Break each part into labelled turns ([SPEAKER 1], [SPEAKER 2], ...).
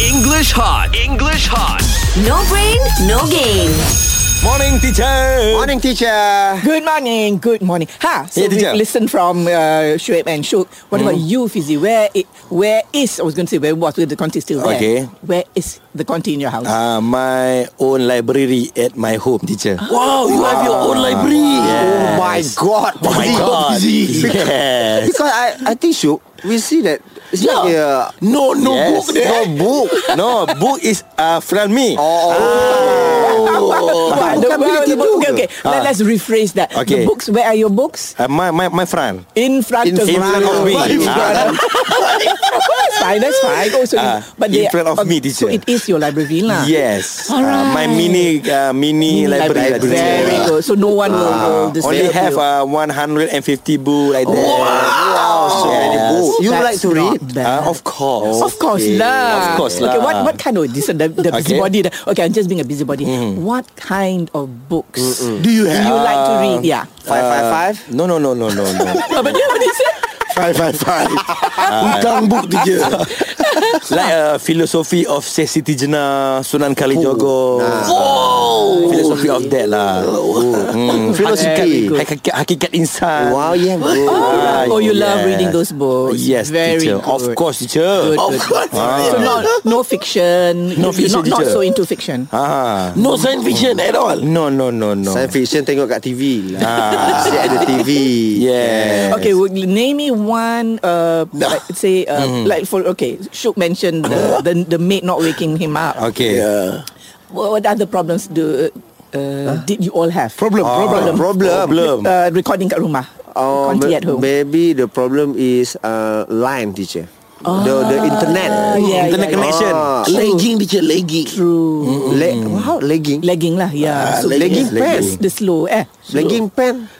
[SPEAKER 1] English hot. English hot.
[SPEAKER 2] No brain, no game.
[SPEAKER 3] Morning, teacher.
[SPEAKER 4] Morning teacher.
[SPEAKER 5] Good morning, good morning. Ha, so
[SPEAKER 4] Yeah,
[SPEAKER 5] we
[SPEAKER 4] teacher. Mm-hmm.
[SPEAKER 5] listen from uh, Shoaib and Shook. What about you, Fizzy? Where it, where is? I was going to say where was but the conti is still there.
[SPEAKER 4] Okay.
[SPEAKER 5] Where is the conti in your house?
[SPEAKER 4] Uh, my own library at my home, teacher.
[SPEAKER 3] Wow, you have your own library.
[SPEAKER 4] Oh my god. Oh
[SPEAKER 3] my God.
[SPEAKER 4] Yes. Because I, I think so. We see that. It's yeah. like uh,
[SPEAKER 3] No, no
[SPEAKER 4] yes,
[SPEAKER 3] book there.
[SPEAKER 4] No book. No book is uh, from me. Ah.
[SPEAKER 5] Wow,
[SPEAKER 4] bukan
[SPEAKER 5] the-
[SPEAKER 4] boleh
[SPEAKER 5] wow, the
[SPEAKER 4] tidur
[SPEAKER 5] book-
[SPEAKER 4] ke?
[SPEAKER 5] Okay, okay. Let,
[SPEAKER 4] Ah.
[SPEAKER 5] let's rephrase that.
[SPEAKER 4] Okay.
[SPEAKER 5] The books, where are your books?
[SPEAKER 4] Uh, my my my friend.
[SPEAKER 5] In front
[SPEAKER 4] In
[SPEAKER 5] of
[SPEAKER 4] front
[SPEAKER 5] you.
[SPEAKER 4] of me.
[SPEAKER 5] In front
[SPEAKER 4] Ah.
[SPEAKER 5] of- that's fine, that's fine. Also,
[SPEAKER 4] Ah,
[SPEAKER 5] but
[SPEAKER 4] in
[SPEAKER 5] they-
[SPEAKER 4] front of
[SPEAKER 5] okay,
[SPEAKER 4] me, teacher.
[SPEAKER 5] So it is your library lah.
[SPEAKER 4] Yes.
[SPEAKER 5] Alright.
[SPEAKER 4] Uh, my mini uh, Ah. mini, library. lah, teacher.
[SPEAKER 5] Very good. So no one will, will disturb
[SPEAKER 4] Only have
[SPEAKER 5] you.
[SPEAKER 4] uh, 150 book like that. Wow. So many book.
[SPEAKER 5] You That's like to not read? bad.
[SPEAKER 4] Uh, of course.
[SPEAKER 5] Of course lah.
[SPEAKER 4] Of course lah.
[SPEAKER 5] Okay, what what kind of this the, the
[SPEAKER 4] Okay.
[SPEAKER 5] busybody? The, okay, I'm just being a busybody. What kind of books do
[SPEAKER 3] you
[SPEAKER 5] you like to read? Yeah.
[SPEAKER 4] Ah. Five five five? Uh, No no no no no no.
[SPEAKER 5] Apa dia? What did you say?
[SPEAKER 3] Five, five, five. Hutang book teacher.
[SPEAKER 4] Uh, like uh, philosophy of Sesi Tijana, Sunan
[SPEAKER 3] Oh,
[SPEAKER 4] Kalijogo. Wow. Philosophy of that lah. Mm.
[SPEAKER 3] Philosophy.
[SPEAKER 4] Hakikat, hakikat insan.
[SPEAKER 3] Oh. Wow, you have book.
[SPEAKER 4] Ah,
[SPEAKER 5] Oh, you love
[SPEAKER 4] yes.
[SPEAKER 5] reading those books.
[SPEAKER 4] Yes,
[SPEAKER 5] very
[SPEAKER 4] teacher.
[SPEAKER 5] Good.
[SPEAKER 4] Of course, teacher.
[SPEAKER 5] Good,
[SPEAKER 3] Of
[SPEAKER 5] good.
[SPEAKER 3] course.
[SPEAKER 5] So not no fiction.
[SPEAKER 4] No
[SPEAKER 5] You're
[SPEAKER 4] fiction,
[SPEAKER 5] Not, not
[SPEAKER 4] teacher.
[SPEAKER 5] so into fiction.
[SPEAKER 4] Ah.
[SPEAKER 3] No science fiction at all.
[SPEAKER 4] No, no, no, no.
[SPEAKER 3] Science fiction tengok kat TV lah.
[SPEAKER 4] Ah.
[SPEAKER 3] Sit at the TV.
[SPEAKER 4] Yes.
[SPEAKER 5] Okay, well, name me one. Uh, like, say, uh,
[SPEAKER 4] Mm-hmm.
[SPEAKER 5] like for okay, Shook mentioned the, the the maid not waking him up.
[SPEAKER 4] Okay.
[SPEAKER 3] Yeah.
[SPEAKER 5] What, what other problems do uh, did you all have?
[SPEAKER 3] Problem, problem, problem.
[SPEAKER 4] Ah, Problem. Ah,
[SPEAKER 5] Uh, recording kat rumah.
[SPEAKER 3] Oh,
[SPEAKER 5] Conti
[SPEAKER 3] ma-
[SPEAKER 5] at home.
[SPEAKER 3] Maybe the problem is uh, line teacher.
[SPEAKER 6] Ah.
[SPEAKER 3] The the internet.
[SPEAKER 5] Ah, yeah,
[SPEAKER 4] Hmm, Internet
[SPEAKER 5] yeah,
[SPEAKER 4] connection.
[SPEAKER 3] Ah, legging teacher, legging.
[SPEAKER 5] True.
[SPEAKER 3] Le- How legging?
[SPEAKER 5] Legging lah, yeah.
[SPEAKER 3] Ah, legging
[SPEAKER 5] pants.
[SPEAKER 3] pants.
[SPEAKER 5] The slow, eh.
[SPEAKER 3] Legging pen.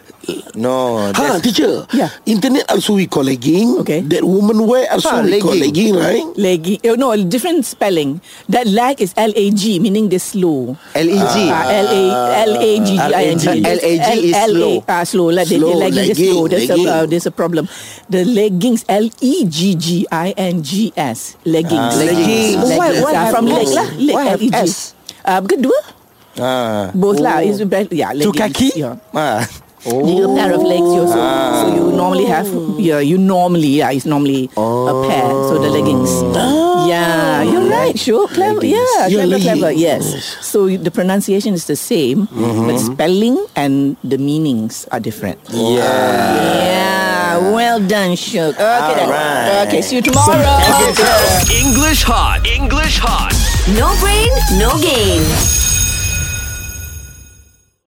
[SPEAKER 4] No.
[SPEAKER 6] Ha,
[SPEAKER 4] that's-
[SPEAKER 6] teacher.
[SPEAKER 5] Yeah.
[SPEAKER 6] Internet also we call legging.
[SPEAKER 5] Okay.
[SPEAKER 6] That woman wear also
[SPEAKER 3] Ha,
[SPEAKER 6] we call legging,
[SPEAKER 3] legging.
[SPEAKER 6] right?
[SPEAKER 5] Legging. Oh, no, different spelling. That lag is L A G, meaning the slow.
[SPEAKER 3] L E G.
[SPEAKER 5] Ah, L A L A G G I N G.
[SPEAKER 3] L A G is
[SPEAKER 5] L- L A,
[SPEAKER 3] slow.
[SPEAKER 5] Ah, slow. Like the- the
[SPEAKER 6] Slow,
[SPEAKER 5] legging is
[SPEAKER 6] legging,
[SPEAKER 5] slow. There's a
[SPEAKER 6] legging.
[SPEAKER 5] uh, there's a problem. The leggings L E G G I N G S Ah, leggings.
[SPEAKER 3] Leggings.
[SPEAKER 5] Leggings.
[SPEAKER 3] Oh, Why- why
[SPEAKER 5] Ah,
[SPEAKER 3] have
[SPEAKER 5] from leg
[SPEAKER 3] S?
[SPEAKER 5] lah. Leg
[SPEAKER 3] Why
[SPEAKER 5] L
[SPEAKER 3] have
[SPEAKER 5] E G.
[SPEAKER 3] S?
[SPEAKER 5] Ah, kedua
[SPEAKER 4] Ah.
[SPEAKER 5] both lah. Is best. Yeah.
[SPEAKER 4] Two
[SPEAKER 5] leggings.
[SPEAKER 4] kaki?
[SPEAKER 5] Yeah.
[SPEAKER 4] Ah.
[SPEAKER 5] Need a pair of legs you also. So you normally have yeah, you normally yeah, it's normally a pair. So the leggings. Yeah, you're right, sure. Clever. Yeah,
[SPEAKER 6] Your
[SPEAKER 5] clever,
[SPEAKER 6] leggings.
[SPEAKER 5] clever. Yes. So the pronunciation is the same, but spelling and the meanings are different.
[SPEAKER 4] Yeah.
[SPEAKER 5] Yeah. Well done, Shuk. Okay then.
[SPEAKER 4] Alright.
[SPEAKER 5] Okay, see you tomorrow.
[SPEAKER 1] English hot. English hot.
[SPEAKER 2] No brain, no game.